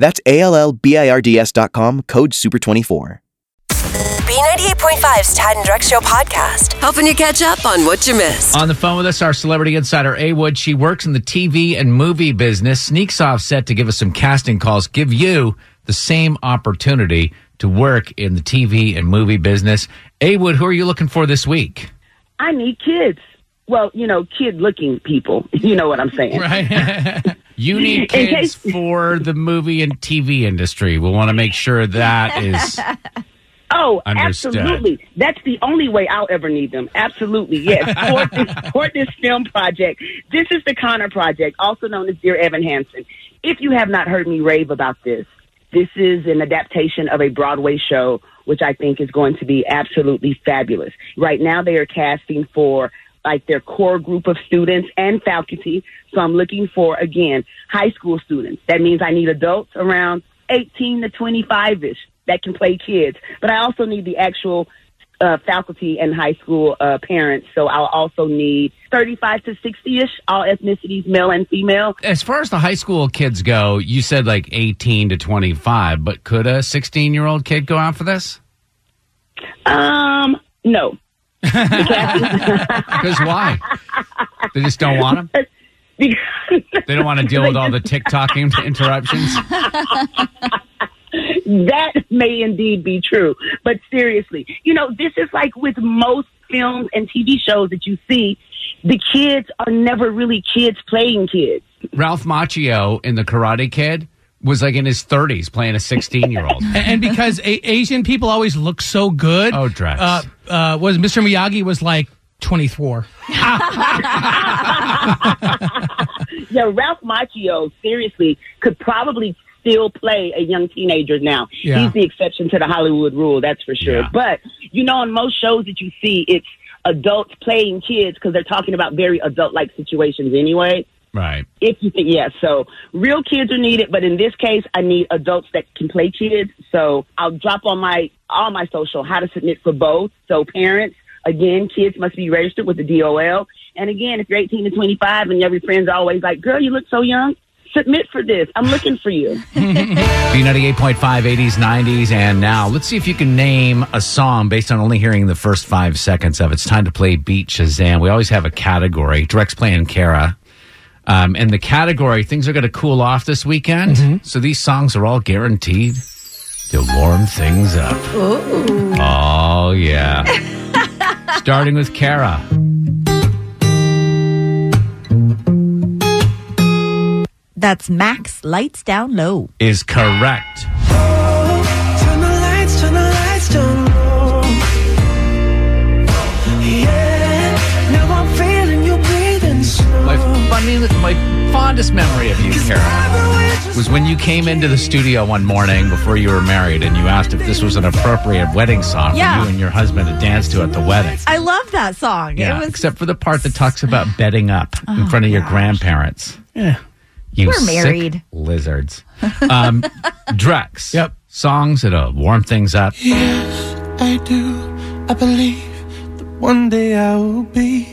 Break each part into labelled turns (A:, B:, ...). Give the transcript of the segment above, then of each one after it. A: That's A-L-L-B-I-R-D-S dot com, code SUPER24.
B: B98.5's Tad and Drex Show podcast, helping you catch up on what you missed.
C: On the phone with us, our celebrity insider, A Wood. She works in the TV and movie business, sneaks off set to give us some casting calls, give you the same opportunity to work in the TV and movie business. A Wood, who are you looking for this week?
D: I need kids. Well, you know, kid looking people. You know what I'm saying.
C: Right. you need
D: In
C: kids for the movie and TV industry. We'll want to make sure that is.
D: Oh,
C: Understood.
D: absolutely. That's the only way I'll ever need them. Absolutely. Yes. Support this, support this film project. This is the Connor Project, also known as Dear Evan Hansen. If you have not heard me rave about this, this is an adaptation of a Broadway show, which I think is going to be absolutely fabulous. Right now, they are casting for like their core group of students and faculty. So I'm looking for, again, high school students. That means I need adults around 18 to 25 ish that can play kids. But I also need the actual uh, faculty and high school uh, parents. So I'll also need 35 to 60 ish, all ethnicities, male and female.
C: As far as the high school kids go, you said like 18 to 25, but could a 16 year old kid go out for this?
D: Um, no.
C: Because why? They just don't want them.
D: Because
C: They don't want to deal with all the TikTok in- interruptions.
D: that may indeed be true. But seriously, you know, this is like with most films and TV shows that you see, the kids are never really kids playing kids.
C: Ralph Macchio in The Karate Kid was like in his 30s playing a 16 year old.
E: and because a- Asian people always look so good.
C: Oh, Drex.
E: Uh, uh, was Mr. Miyagi was like 24.
D: Yeah, Ralph Macchio seriously could probably still play a young teenager now.
E: Yeah.
D: He's the exception to the Hollywood rule, that's for sure.
C: Yeah.
D: But you know, on most shows that you see, it's adults playing kids because they're talking about very adult-like situations anyway.
C: Right.
D: If you think, yeah, so real kids are needed, but in this case, I need adults that can play kids. So I'll drop on my all my social how to submit for both. So parents, again, kids must be registered with the DOL. And again, if you're 18 to 25 and your friends always like, "Girl, you look so young," submit for this. I'm looking for you.
C: B98.5, 80s, 90s, and now. Let's see if you can name a song based on only hearing the first five seconds of it. It's time to play Beat Shazam. We always have a category. Direct's playing Kara. Um, and the category, things are going to cool off this weekend. So these songs are all guaranteed to warm things up. Oh, yeah. Starting with Kara.
F: That's Max Lights Down Low.
C: is correct.
G: Turn the lights, turn the lights down low. Yeah, now I'm feeling you breathing slow.
C: My, funny, my fondest memory of you, Kara, was when you came into the studio one morning before you were married and you asked if this was an appropriate wedding song
F: Yeah.
C: for you and your husband to dance to at the wedding.
F: I love that song.
C: Yeah,
F: it was Oh,
C: except for the part that talks about bedding up in front of your grandparents. Yeah. You
F: We're
C: sick
F: married.
C: lizards. Um, Drex.
E: Yep.
C: Songs that'll warm things up.
G: I do, I believe that one day I will be.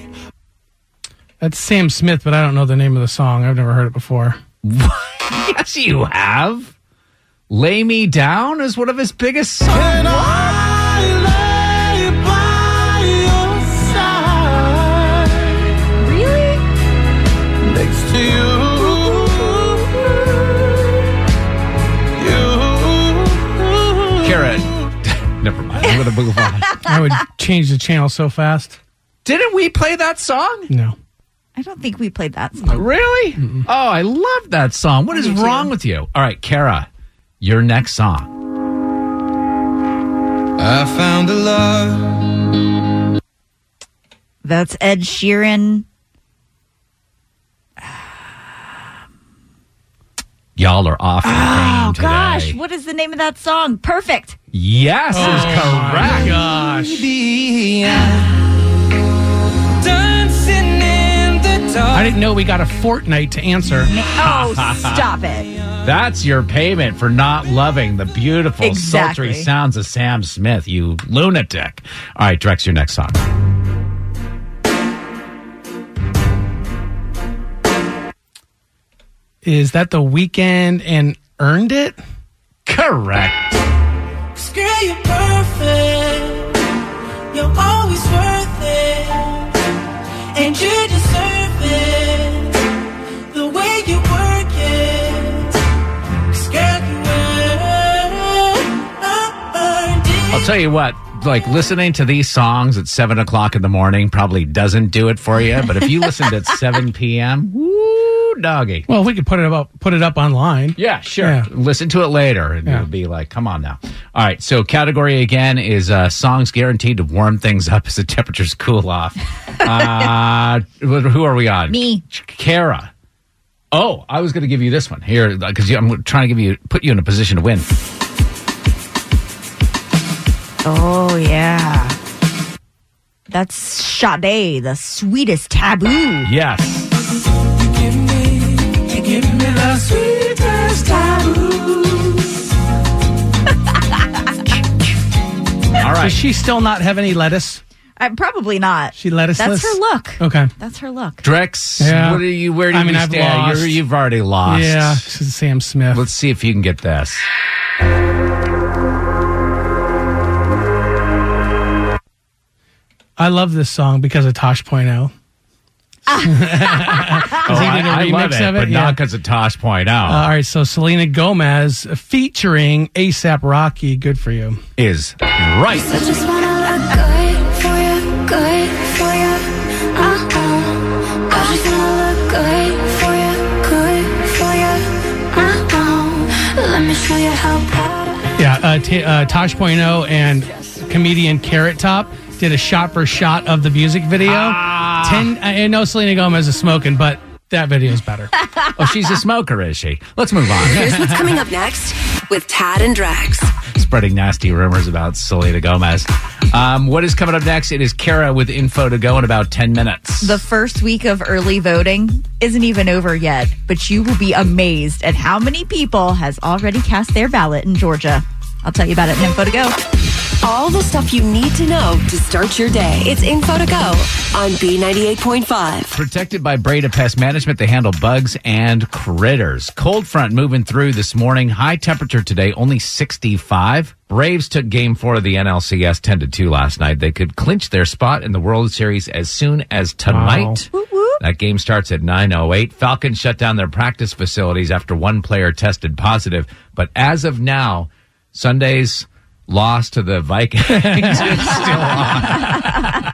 E: That's Sam Smith, but I don't know the name of the song. I've never heard it before.
C: yes, you have. Lay Me Down is one of his biggest songs.
G: And I lay by your
F: really
G: side next to you. You.
C: Kara, never mind. I'm going to move on.
E: I would change the channel so fast.
C: Didn't we play that song?
E: No.
F: I don't think we played that song.
C: Really? Oh, I love that song. What is wrong with you? All right, Kara, your next song.
G: I found a love.
F: That's Ed Sheeran.
C: Y'all are off. Oh,
G: Oh,
F: Gosh, what is the name of that song? Perfect.
C: Yes, is correct.
E: Gosh.
G: Dancing in the dark.
E: I didn't know we got a fortnight to answer.
F: Oh, stop it.
C: That's your payment for not loving the beautiful,
F: Exactly.
C: sultry sounds of Sam Smith, you lunatic. All right, Drex, your next song.
E: Is that the weekend and earned it?
C: Correct.
H: Girl, you're perfect. You're always worth it. And you deserve it. The way you work it. 'Cause girl, you earned it.
C: I'll tell you what, like listening to these songs at seven o'clock in the morning probably doesn't do it for you, but if you listened at 7 p.m., woo, doggy.
E: Well, we could put it up put it up online.
C: Yeah, sure.
E: Yeah.
C: Listen to it later and
E: Yeah.
C: you'll be like, come on now. All right. So, category again is uh, songs guaranteed to warm things up as the temperatures cool off. uh, who are we on?
F: Me.
C: Kara. Oh, I was going to give you this one here because I'm trying to give you, put you in a position to win.
F: Oh, yeah. That's Sade, the sweetest taboo.
C: Yes.
G: You give me, you give me the sweetest taboo.
C: All right.
E: Does she still not have any lettuce?
F: Uh, probably not.
E: She lettuce
F: That's her look.
C: Oh.
E: Okay.
F: That's her look.
C: Drex,
E: Yeah.
C: what are you? Where do
E: I
C: you
E: mean, I've
C: stand?
E: lost.
C: You're, you've already lost.
E: Yeah. this is Sam Smith.
C: Let's see if you can get this.
E: I love this song because of Tosh.0.
C: Oh,
E: he
C: I,
E: did a
C: I love
E: remix
C: it,
E: of it?
C: but
E: Yeah.
C: not because of Tosh Point Oh, out
E: Uh, All right, so Selena Gomez featuring ASAP Rocky, good for you.
C: is right.
I: Just wanna look good for you, good for you. Uh oh. I just wanna look good for you, good for you. Uh oh. Let me show you how proud.
E: Yeah, uh, t- uh, Tosh.0 and comedian Carrot Top did a shot for shot of the music video.
C: Ah.
E: Ten, I I know Selena Gomez is smoking, but that video is better.
C: Oh, she's a smoker, is she? Let's move on.
B: Here's what's coming up next with Tad and Drax.
C: Spreading nasty rumors about Selena Gomez. Um, what is coming up next? It is Kara with info to go in about 10 minutes.
F: The first week of early voting isn't even over yet, but you will be amazed at how many people has already cast their ballot in Georgia. I'll tell you about it in info to go.
B: All the stuff you need to know to start your day. It's info to go on B98.5.
C: Protected by Breda Pest Management, they handle bugs and critters. Cold front moving through this morning. High temperature today, only 65. Braves took game four of the NLCS 10 to 2 last night. They could clinch their spot in the World Series as soon as tonight. That game starts at 9.08. Falcons shut down their practice facilities after one player tested positive. But as of now, Sunday's loss to the Vikings is still on.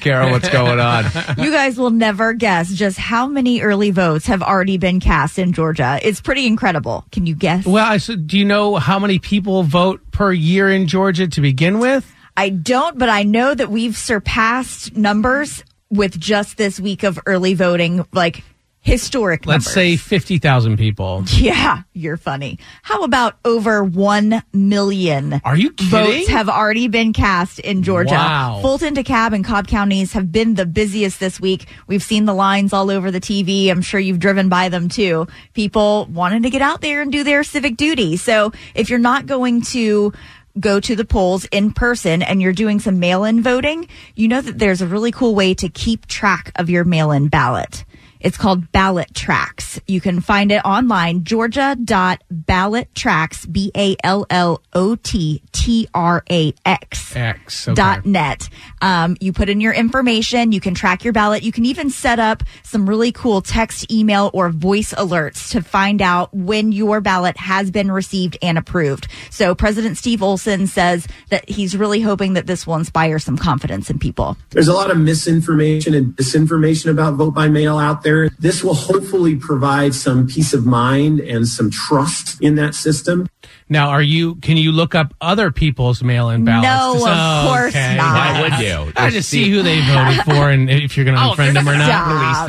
C: Carol, what's going on?
F: You guys will never guess just how many early votes have already been cast in Georgia. It's pretty incredible. Can you guess?
E: well, I, said, do you know how many people vote per year in Georgia to begin with?
F: I don't, but I know that we've surpassed numbers with just this week of early voting, like historic
E: Let's
F: numbers.
E: say 50,000 people.
F: Yeah, you're funny. How about over 1 million?
E: Are you kidding?
F: Votes have already been cast in Georgia.
E: Wow.
F: Fulton, DeKalb, and Cobb counties have been the busiest this week. We've seen the lines all over the TV. I'm sure you've driven by them too. People wanting to get out there and do their civic duty. So if you're not going to go to the polls in person and you're doing some mail in voting, you know that there's a really cool way to keep track of your mail in ballot. It's called Ballot Tracks. You can find it online, georgia.ballottracks, B A L L O T T R A X
E: X. Okay.
F: dot net. Um, you put in your information. You can track your ballot. You can even set up some really cool text, email, or voice alerts to find out when your ballot has been received and approved. So President Steve Olson says that he's really hoping that this will inspire some confidence in people.
J: There's a lot of misinformation and disinformation about vote by mail out there. This will hopefully provide some peace of mind and some trust in that system.
E: Now, are you? Can you look up other people's mail-in ballots?
F: No,
E: Just-
F: of
E: Oh,
F: course
E: okay.
F: not.
C: Why would you? Oh,
E: I just see who they voted for and if you're going to unfriend them or not.
F: stop.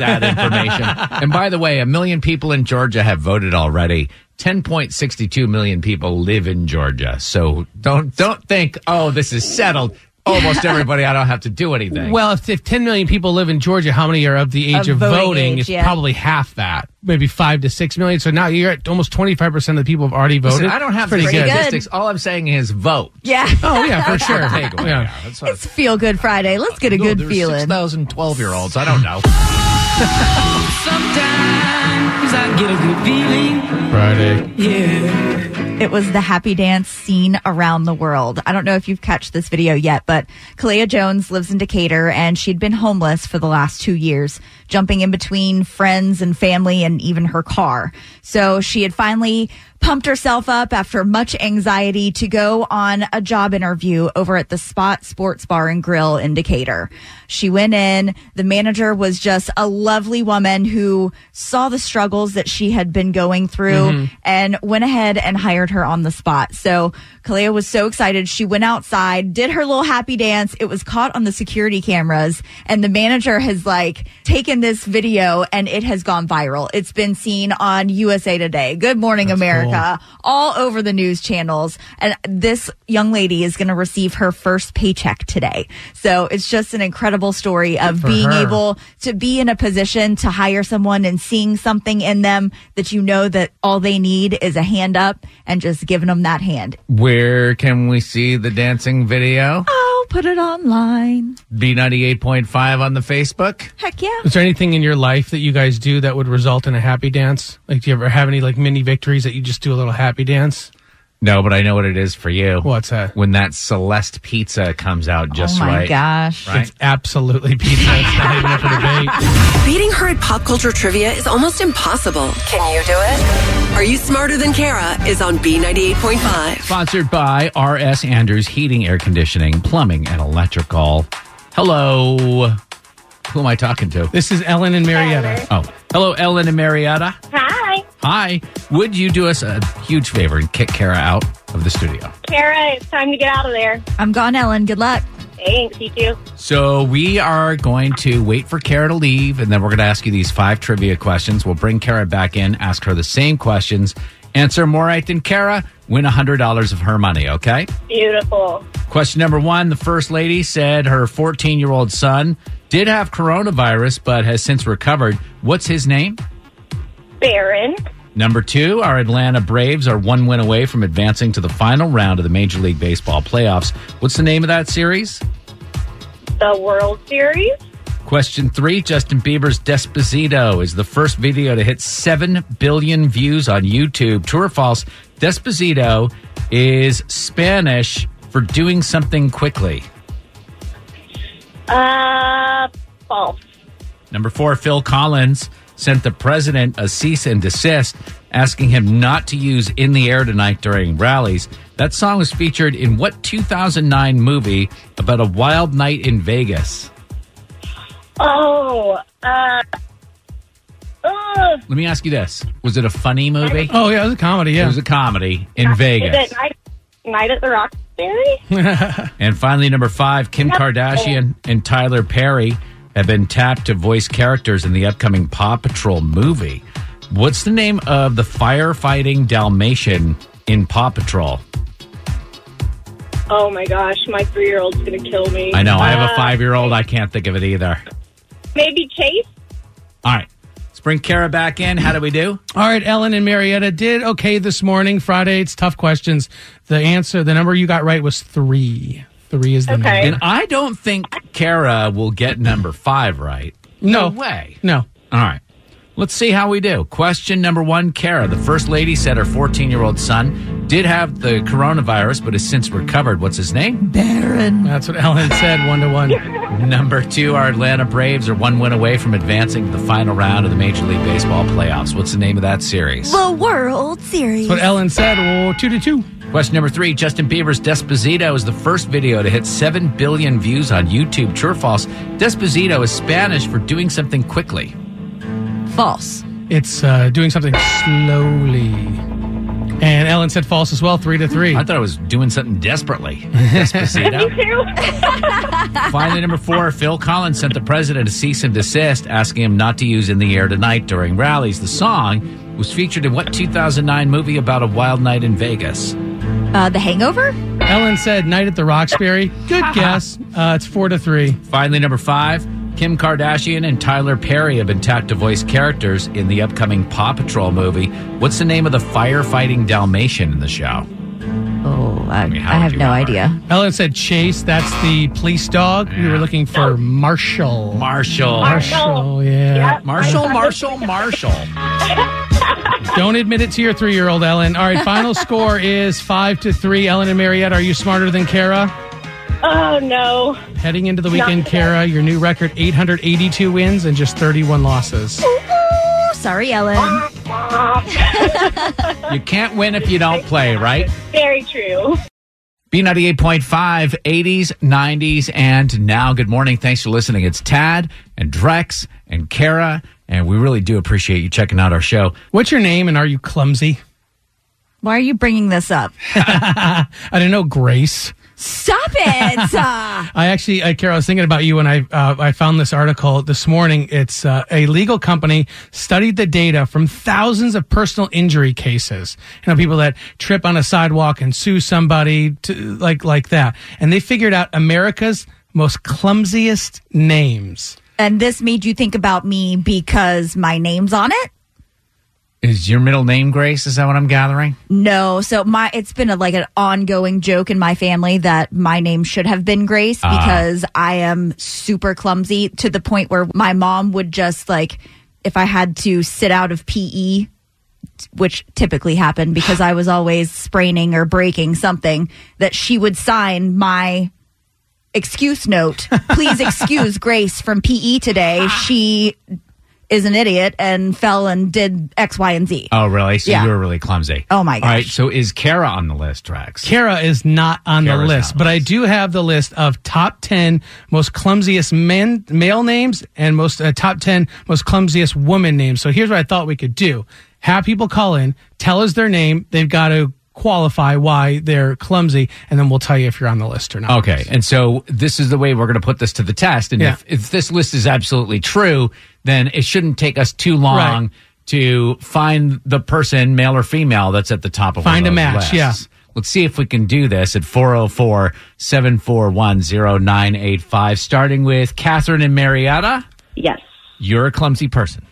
C: Release that information. and by the way, a million people in Georgia have voted already. 10.62 million people live in Georgia. So don't don't think, oh, this is settled. Almost everybody, I don't have to do anything.
E: Well, if, if 10 million people live in Georgia, how many are of the age
C: Of
E: of,
C: voting
E: voting?
C: age,
E: it's
C: yeah.
E: probably half that, maybe five to six million. So now you're at almost 25% of the people have already voted.
C: Listen, I don't have
E: Pretty
C: the
E: good.
C: statistics. All I'm saying is vote.
F: Yeah.
E: Oh, yeah, for
C: That's
E: sure.
C: the takeaway.
E: Yeah.
C: Yeah, that's what
F: It's Feel Good Friday. Let's get a
C: No,
F: good
C: there's
F: feeling.
C: 6,012 year olds. I don't know.
H: Sometimes I get a good feeling.
E: Friday.
F: It was the happy dance seen around the world. I don't know if you've catched this video yet, but Kalia Jones lives in Decatur and she'd been homeless for the last two years, jumping in between friends and family and even her car. So she had finally pumped herself up after much anxiety to go on a job interview over at the Spot Sports Bar and Grill in Decatur. She went in. The manager was just a lovely woman who saw the struggles that she had been going through
H: Mhm.
F: and went ahead and hired her on the spot. So Kalea was so excited. She went outside, did her little happy dance. It was caught on the security cameras and the manager has like taken this video and it has gone viral. It's been seen on USA Today, Good Morning America, all over the news channels. And this young lady is going to receive her first paycheck today. So it's just an incredible story of
H: for
F: being
H: her.
F: able to be in a position to hire someone and seeing something in them that you know that all they need is a hand up and just giving them that hand.
C: Where can we see the dancing video?
F: Oh, put it online.
C: B98.5 on the Facebook.
F: Heck yeah.
E: Is there anything in your life that you guys do that would result in a happy dance? Like, do you ever have any like mini victories that you just do a little happy dance?
C: No, but I know what it is for you.
E: What's that? Oh
C: When that Celeste pizza comes out just
E: my
C: right.
F: Oh gosh.
C: Right?
E: It's absolutely pizza. It's not even up for debate.
B: Beating her at pop culture trivia is almost impossible. Can you do it? Are You Smarter Than Kara is on B98.5.
C: Sponsored by RS Andrews Heating, Air Conditioning, Plumbing, and Electrical. Hello. Who am I talking to?
E: This is Ellen and Marietta.
C: Oh, hello, Ellen and Marietta.
K: Hi.
C: Hi. Would you do us a huge favor and kick Kara out of the studio?
K: Kara, it's time to get out of there.
F: I'm gone, Ellen. Good luck.
K: Thanks, you too.
C: So we are going to wait for Kara to leave, and then we're going to ask you these five trivia questions. We'll bring Kara back in, ask her the same questions, answer more right than Kara, win hundred dollars of her money. Okay.
K: Beautiful.
C: Question number one: The first lady said her 14-year-old son did have coronavirus, but has since recovered. What's his name?
K: Baron.
C: Number two, our Atlanta Braves are one win away from advancing to the final round of the Major League Baseball playoffs. What's the name of that series?
K: The World Series.
C: Question three Justin Bieber's Desposito is the first video to hit 7 billion views on YouTube. True or false? Desposito is Spanish for doing something quickly.
K: Uh, false.
C: Number four, Phil Collins sent the president a cease and desist, asking him not to use In the Air Tonight during rallies. That song was featured in what 2009 movie about a wild night in Vegas?
K: Oh, uh, ugh.
C: Let me ask you this Was it a funny movie?
E: Oh, yeah, it was a comedy, yeah.
C: It was a comedy in Vegas.
K: Is it Night, Night at the Roxbury?
C: And finally, number five, Kim
K: Yep.
C: Kardashian and Tyler Perry have been tapped to voice characters in the upcoming Paw Patrol movie. What's the name of the firefighting Dalmatian in Paw Patrol?
K: Oh my gosh, my three year old's gonna kill me.
C: I know, I have a
K: Uh,
C: five year old. I can't think of it either.
K: Maybe Chase?
C: All right. Let's bring Kara back in. How do we do?
E: All right, Ellen and Marietta did okay this morning. Friday, it's tough questions. The answer, the number you got right was three. Three is the
C: And
E: number.
C: I don't think Kara will get number five right.
E: No.
C: way.
E: No.
C: All right. Let's see how we do. Question number one Kara, the first lady said her 14 year old son did have the coronavirus but has since recovered. What's his name?
F: Baron.
E: That's what Ellen said, one to one.
C: Number two, our Atlanta Braves are one win away from advancing to the final round of the Major League Baseball playoffs. What's the name of that series?
F: The World Series.
E: But Ellen said, well, two to two.
C: Question number three Justin Bieber's Desposito is the first video to hit 7 billion views on YouTube. True or false? Desposito is Spanish for doing something quickly.
F: False.
E: It's uh, doing something slowly. And Ellen said false as well, three to three.
C: I thought I was doing something desperately. Desposito. Finally, number four, Phil Collins sent the president a cease and desist, asking him not to use In the Air Tonight during rallies. The song was featured in what 2009 movie about a wild night in Vegas?
F: Uh, the Hangover?
E: Ellen said Night at the Roxbury. Good guess. Uh, it's four to three.
C: Finally, number five, Kim Kardashian and Tyler Perry have been tapped to voice characters in the upcoming Paw Patrol movie. What's the name of the firefighting Dalmatian in the show?
F: Oh, I,
C: how would
F: have
C: you
F: no
C: know?
F: idea.
E: Ellen said Chase. That's the police dog. We were looking for Marshall.
C: Marshall.
E: Marshall, yeah.
C: Marshall, Marshall, Marshall.
E: Don't admit it to your three year old, Ellen. All right, final score is five to three. Ellen and Mariette, are you smarter than Kara?
K: Oh
L: Um,
K: no.
E: Heading into the weekend, Kara, your new record 882 wins and just 31 losses.
F: Oh, sorry, Ellen.
C: You can't win if you don't play, right?
K: Very true.
C: B98.5, 80s, 90s, and now. Good morning. Thanks for listening. It's Tad and Drex and Kara, and we really do appreciate you checking out our show.
E: What's your name and are you clumsy?
F: Why are you bringing this up?
E: I don't know, Grace.
F: Stop it. Uh,
E: I actually, uh, Carol, I was thinking about you when I uh, I found this article this morning. It's uh, a legal company studied the data from thousands of personal injury cases. You know, people that trip on a sidewalk and sue somebody, to, like like that, and they figured out America's most clumsiest names.
F: and this made you think about me because my name's on it?
C: Is your middle name Grace? Is that what I'm gathering?
F: No, so my it's been a, like an ongoing joke in my family that my name should have been Grace because I am super clumsy to the point where my mom would just like if I had to sit out of PE, which typically happened because I was always spraining or breaking something, that she would sign my excuse note. Please excuse Grace from PE today. She is an idiot and fell and did X, Y, and Z.
C: Oh, really? So
F: Yeah.
C: you were really clumsy.
F: Oh, my
C: All right.
F: gosh.
C: So is Kara on the list, Drex?
E: Kara is not on
C: Kara's
E: the list,
C: not on
E: but
C: the
E: I
C: list.
E: do have the list of top 10 most clumsiest men, male names and most uh, top 10 most clumsiest woman names. So here's what I thought we could do. Have people call in, tell us their name. They've got to qualify why they're clumsy, and then we'll tell you if you're on the list or not.
C: Okay. And so this is the way we're going to put this to the test. And
E: Yeah.
C: if, if this list is absolutely true, then it shouldn't take us too long
E: Right.
C: to find the person, male or female, that's at the top of
E: Find
C: one
E: a
C: of those
E: match,
C: Lists.
E: yeah.
C: Let's see if we can do this at 404 741 0985, starting with Catherine and Marietta.
L: Yes.
C: You're a clumsy person.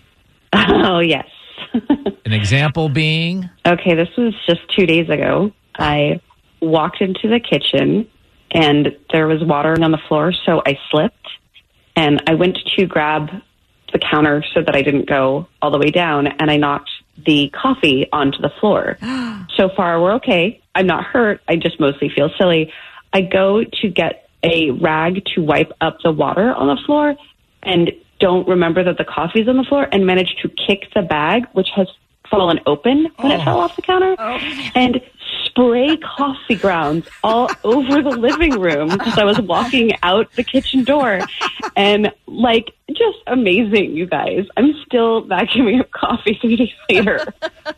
L: Oh, yes.
C: An example being,
L: Okay, this was just two days ago. I walked into the kitchen and there was water on the floor, so I slipped and I went to grab the counter so that I didn't go all the way down and I knocked the coffee onto the floor. so far, we're okay. I'm not hurt. I just mostly feel silly. I go to get a rag to wipe up the water on the floor and don't remember that the coffee's on the floor and manage to kick the bag, which has fallen open when it fell off the counter, and spray coffee grounds all over the living room because I was walking out the kitchen door. And like, just amazing, you guys. I'm still vacuuming up coffee three days later.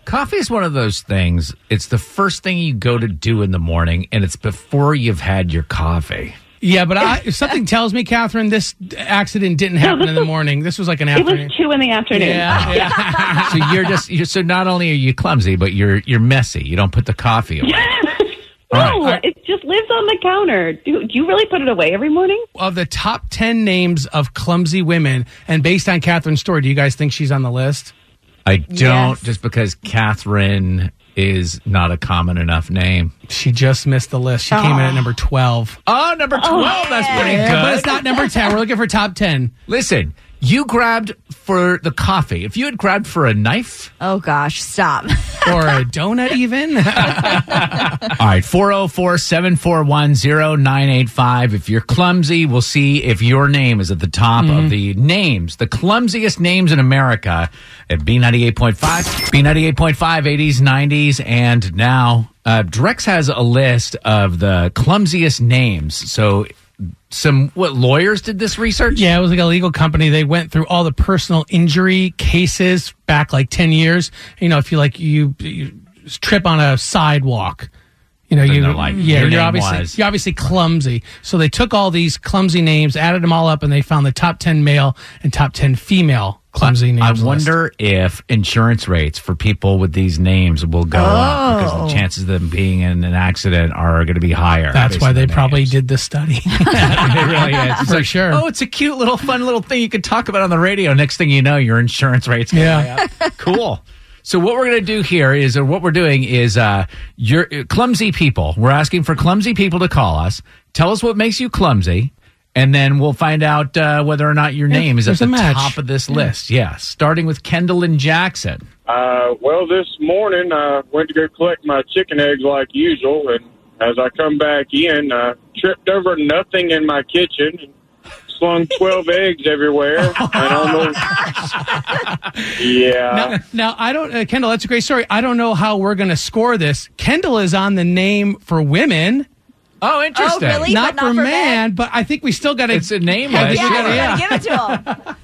C: Coffee is one of those things. It's the first thing you go to do in the morning, and it's before you've had your coffee.
E: Yeah, but I, if something tells me, Catherine, this accident didn't happen in the morning. This was like an
L: It
E: afternoon.
L: was two in the afternoon.
E: yeah, yeah.
C: so you're just you're, so not only are you clumsy, but you're you're messy. You don't put the coffee away. All
L: No,
C: right.
L: it just lives on the counter. Do, do you really put it away every morning?
E: of the top 10 names of clumsy women, and based on Catherine's story, do you guys think she's on the list?
C: I don't
F: Yes.
C: just because Catherine is not a common enough name.
E: She just missed the list. She came in at number 12.
C: Oh, number twelve. that's pretty
E: Yeah, but it's
C: good.
E: not number 10. We're looking for top 10.
C: Listen, you grabbed for the coffee. If you had grabbed for a knife,
F: Oh gosh, stop.
E: Or a donut, even.
C: all right, 404 741 0985. If you're clumsy, we'll see if your name is at the top
E: Mm-hmm.
C: of the names, the clumsiest names in America at B98.5, B98.5, 80s, 90s, and now. Uh, Drex has a list of the clumsiest names. So, some what lawyers did this research?
E: Yeah, it was like a legal company. They went through all the personal injury cases back like 10 years. You know, if you like, you, you trip on a sidewalk. You know,
C: Then
E: you
C: they're like,
E: yeah,
C: your
E: you're
C: name
E: obviously
C: was-
E: you're obviously clumsy. So they took all these clumsy names, added them all up, and they found the top ten male and top ten female clumsy names.
C: I
E: list.
C: wonder if insurance rates for people with these names will go up because the
E: Oh.
C: chances of them being in an accident are going to be higher.
E: That's
C: based
E: why
C: on
E: they
C: the
E: probably did this study.
C: it really is. It's
E: For
C: like,
E: sure.
C: Oh, it's a cute little fun little thing you could talk about on the radio. Next thing you know, your insurance rates go
E: Yeah.
C: way up. Cool. So what we're going to do here is, or what we're doing is, uh, you're uh, clumsy people. We're asking for clumsy people to call us. Tell us what makes you clumsy, and then we'll find out uh, whether or not your
M: Yeah,
C: name is at
M: there's a
C: the
M: match.
C: top of this
M: Yeah.
C: list. Yeah, starting with Kendall and Jackson.
M: Uh, well, this morning I went to go collect my chicken eggs like usual, and as I come back in, I tripped over nothing in my kitchen and slung 12 eggs everywhere. And almost. Yeah.
E: Now, now, I don't, uh, Kendall, that's a great story. I don't know how we're going to score this. Kendall is on the name for women.
C: Oh,
I: interesting. Oh, really? But
E: Not,
I: not
E: for,
I: for
E: man, but I think we still got to.
C: It's a name list.
E: Yeah,
C: Yeah,
E: yeah.
I: Give it to him.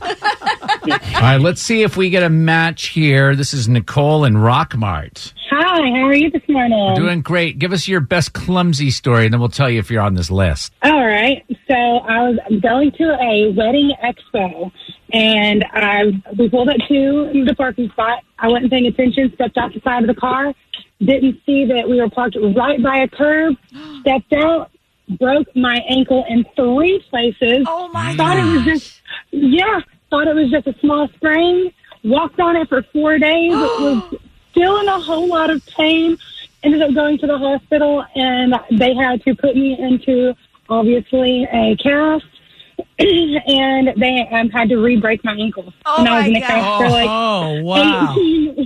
C: All right, let's see if we get a match here. This is Nicole and Rockmart.
K: Hi, how are you this morning?
C: Doing great. Give us your best clumsy story, and then we'll tell you if you're on this list.
K: All right. So I was going to a wedding expo, and I we pulled up to the parking spot. I wasn't paying attention, stepped out the side of the car, didn't see that we were parked right by a curb, stepped out, broke my ankle in three places. Oh my! Thought it was just yeah. Thought it was just a small sprain. Walked on it for four days. was still in a whole lot of pain. Ended up going to the hospital, and they had to put me into obviously a cast, and they um, had to re-break my ankle.
F: Oh
K: and I was
F: my
K: in a
F: God.
K: cast for like
E: Oh,
K: wow.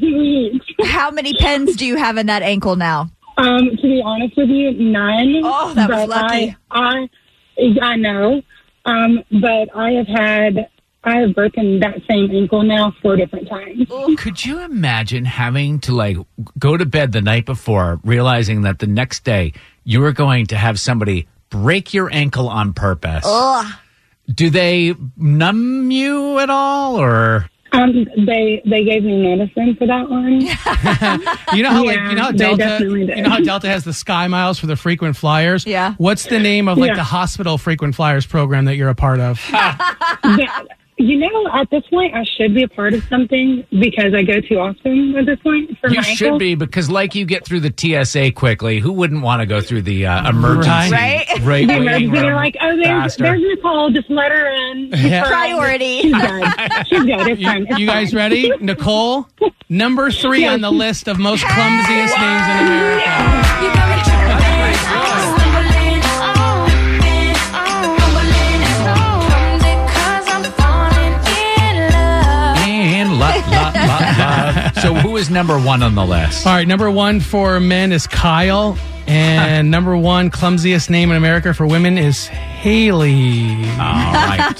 F: How many pins do you have in that ankle now?
K: Um, to be honest with you, none.
F: Oh, that was
K: But
F: lucky.
K: I, I, I know, um, but I have had, I have broken that same ankle now four different times.
C: Could you imagine having to like go to bed the night before, realizing that the next day you are going to have somebody break your ankle on purpose?
K: Ugh.
C: Do they numb you at all, or
K: Um, they they gave me medicine for that one.
E: You know how like
K: Yeah,
E: you know how
K: they
E: Delta
K: definitely did.
E: you know how Delta has the Sky Miles for the frequent flyers. Yeah. What's the name of like
K: Yeah.
E: the hospital frequent flyers program that you're a part of?
K: Yeah, you know, at this point, I should be a part of something because I go too often at this point for
C: you
K: my
C: should
K: ankle.
C: be because like you get through the TSA quickly. Who wouldn't want to go through the uh, emergency
K: Right?
C: right
K: The
C: wing
K: emergency, they're
C: room
K: like, oh, there's,
C: faster?
K: there's Nicole. Just let her in. She's
E: Yeah.
K: fine.
E: Priority.
K: She's good. She's good. It's fine. It's
E: You guys
K: fine.
E: ready? Nicole, number three on the list of most clumsiest names in America.
C: And la, la, la, la. So who is number one on the list?
E: All right, number one for men is Kyle, and number one clumsiest name in America for women is Haley.
C: All right.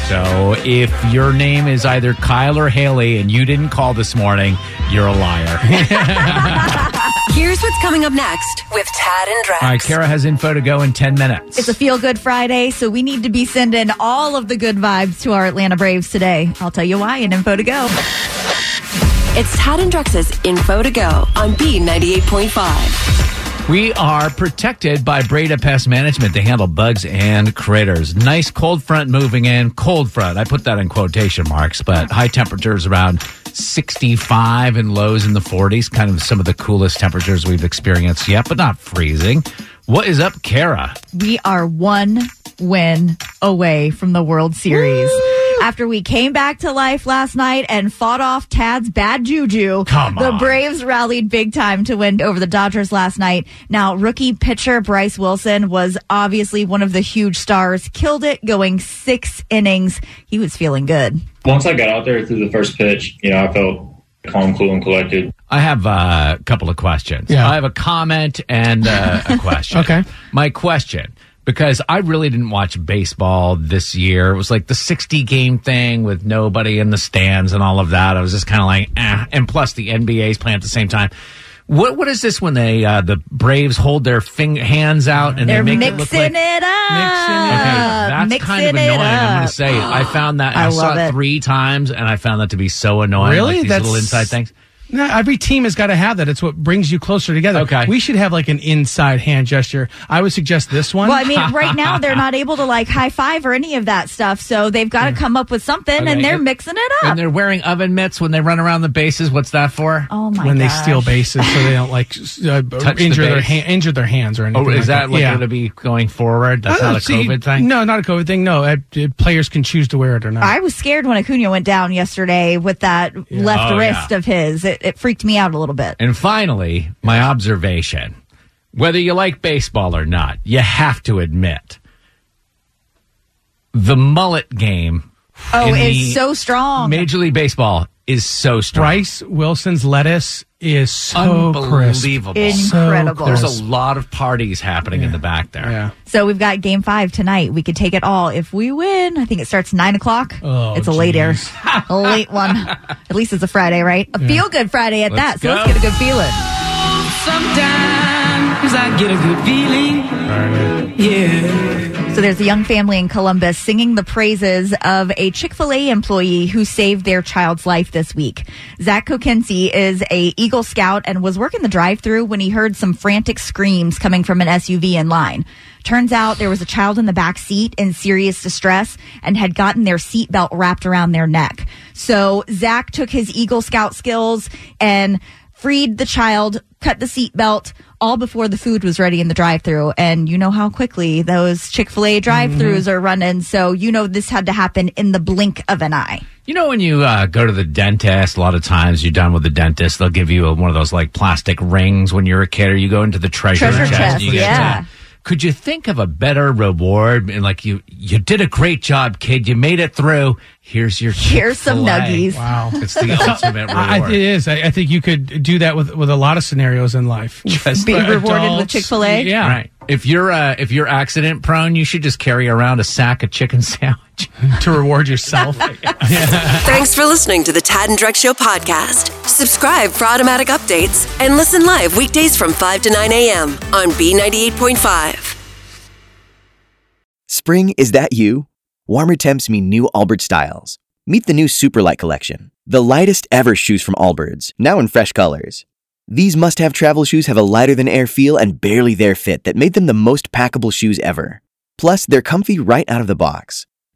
C: so if your name is either Kyle or Haley and you didn't call this morning, you're a liar.
B: Here's what's coming up next with Tad and Drex.
C: All right, Kara has info to go in 10 minutes.
F: It's a feel good Friday, so we need to be sending all of the good vibes to our Atlanta Braves today. I'll tell you why in info to go.
B: It's Tad and Drex's Info to Go on B98.5.
C: We are protected by Breda Pest Management. They handle bugs and critters. Nice cold front moving in. Cold front. I put that in quotation marks, but high temperatures around 65 and lows in the 40s. Kind of some of the coolest temperatures we've experienced yet, but not freezing. What is up, Kara?
F: We are one win away from the World Series. After we came back to life last night and fought off Tad's bad juju, the Braves rallied big time to win over the Dodgers last night. Now, rookie pitcher Bryce Wilson was obviously one of the huge stars, killed it going six innings. He was feeling good.
N: Once I got out there through the first pitch, you know, I felt calm, cool, and collected.
C: I have uh, a couple of questions. I have a comment and uh, a question.
E: Okay.
C: My question, because I really didn't watch baseball this year. It was like the 60 game thing with nobody in the stands and all of that. I was just kind of like, eh. and plus the NBA's playing at the same time. What what is this when they uh, the Braves hold their fing- hands out and
F: They're
C: they make
F: mixing it,
C: it look like
F: up.
C: that's
F: mixing
C: kind of annoying.
F: it
C: I'm going
F: up.
C: to say I found that.
F: I
C: I, saw
F: love
C: it,
F: it.
C: three times, and I found that to be so annoying.
E: Really?
C: like these
E: That's-
C: little inside things.
E: No, every team has got to have that. It's what brings you closer together. Okay. We should have like an inside hand gesture. I would suggest this one.
F: Well, I mean, right now they're not able to like high five or any of that stuff, so they've got to come up with something,
C: Okay,
F: and they're
C: it-
F: mixing it up.
C: And they're wearing oven mitts when they run around the bases. What's that for?
F: Oh my
E: when
F: gosh.
E: they steal bases, so they don't like s- uh,
C: Touch the
E: injure their
C: base.
E: ha- injure their hands or anything.
C: Oh, is
E: like
C: that like
E: yeah.
C: going to be going forward? That's
E: Uh,
C: not a
E: see,
C: COVID thing.
E: No, not a COVID thing. No, uh, uh, players can choose to wear it or not.
F: I was scared when Acuna went down yesterday with that left
C: Oh, yeah.
F: wrist of his. It, it freaked me out a little bit.
C: And finally, my observation whether you like baseball or not, you have to admit the mullet game.
F: Oh,
C: in
F: it's
C: the
F: so strong.
C: Major League Baseball is so strong.
E: Bryce Wilson's lettuce is so
C: Oh,
E: crisp.
C: Unbelievable.
F: Incredible.
C: There's a lot of parties happening in the back there. Yeah.
F: So we've got game five tonight. We could take it all if we win. I think it starts nine o'clock.
C: Oh,
F: it's a late air, a late one. At least it's a Friday, right? A
H: Yeah.
F: feel good Friday at
H: Let's
F: that. So let's
H: go.
F: get a good feeling.
H: Sometimes I get a good feeling. Yeah.
F: So there's a young family in Columbus singing the praises of a Chick-fil-A employee who saved their child's life this week. Zach Kokensi is a Eagle Scout and was working the drive-through when he heard some frantic screams coming from an SUV in line. Turns out there was a child in the back seat in serious distress and had gotten their seatbelt wrapped around their neck. So Zach took his Eagle Scout skills and freed the child, cut the seatbelt, all before the food was ready in the drive-through. And you know how quickly those Chick-fil-A drive-throughs are running, so you know this had to happen in the blink of an eye.
C: You know, when you uh, go to the dentist, a lot of times you're done with the dentist, they'll give you a, one of those like plastic rings when you're a kid, or you go into the treasure,
F: Treasure
C: chest.
F: chest,
C: and you get
F: yeah.
C: to- could you think of a better reward? And like you, you did a great job, kid. You made it through. Here's your
F: Here's some
C: Chick-fil-A.
F: nuggies. Wow.
C: it's the ultimate
E: I, I-
C: reward.
E: it is. I, I think you could do that with with a lot of scenarios in life.
C: Just
F: Be
E: For
F: rewarded with
E: adults,
F: Chick-fil-A?
E: Yeah.
C: Right. If you're uh, if you're accident prone, you should just carry around a sack of chicken sandwich
E: to reward yourself.
B: Thanks for listening to the Tad and Drex Show podcast. Subscribe for automatic updates and listen live weekdays from 5 to 9 a.m. on B98.5.
A: Spring, is that you? Warmer temps mean new Allbirds styles. Meet the new Superlight collection, the lightest ever shoes from Allbirds, now in fresh colors. These must have travel shoes have a lighter than air feel and barely their fit that made them the most packable shoes ever. Plus, they're comfy right out of the box.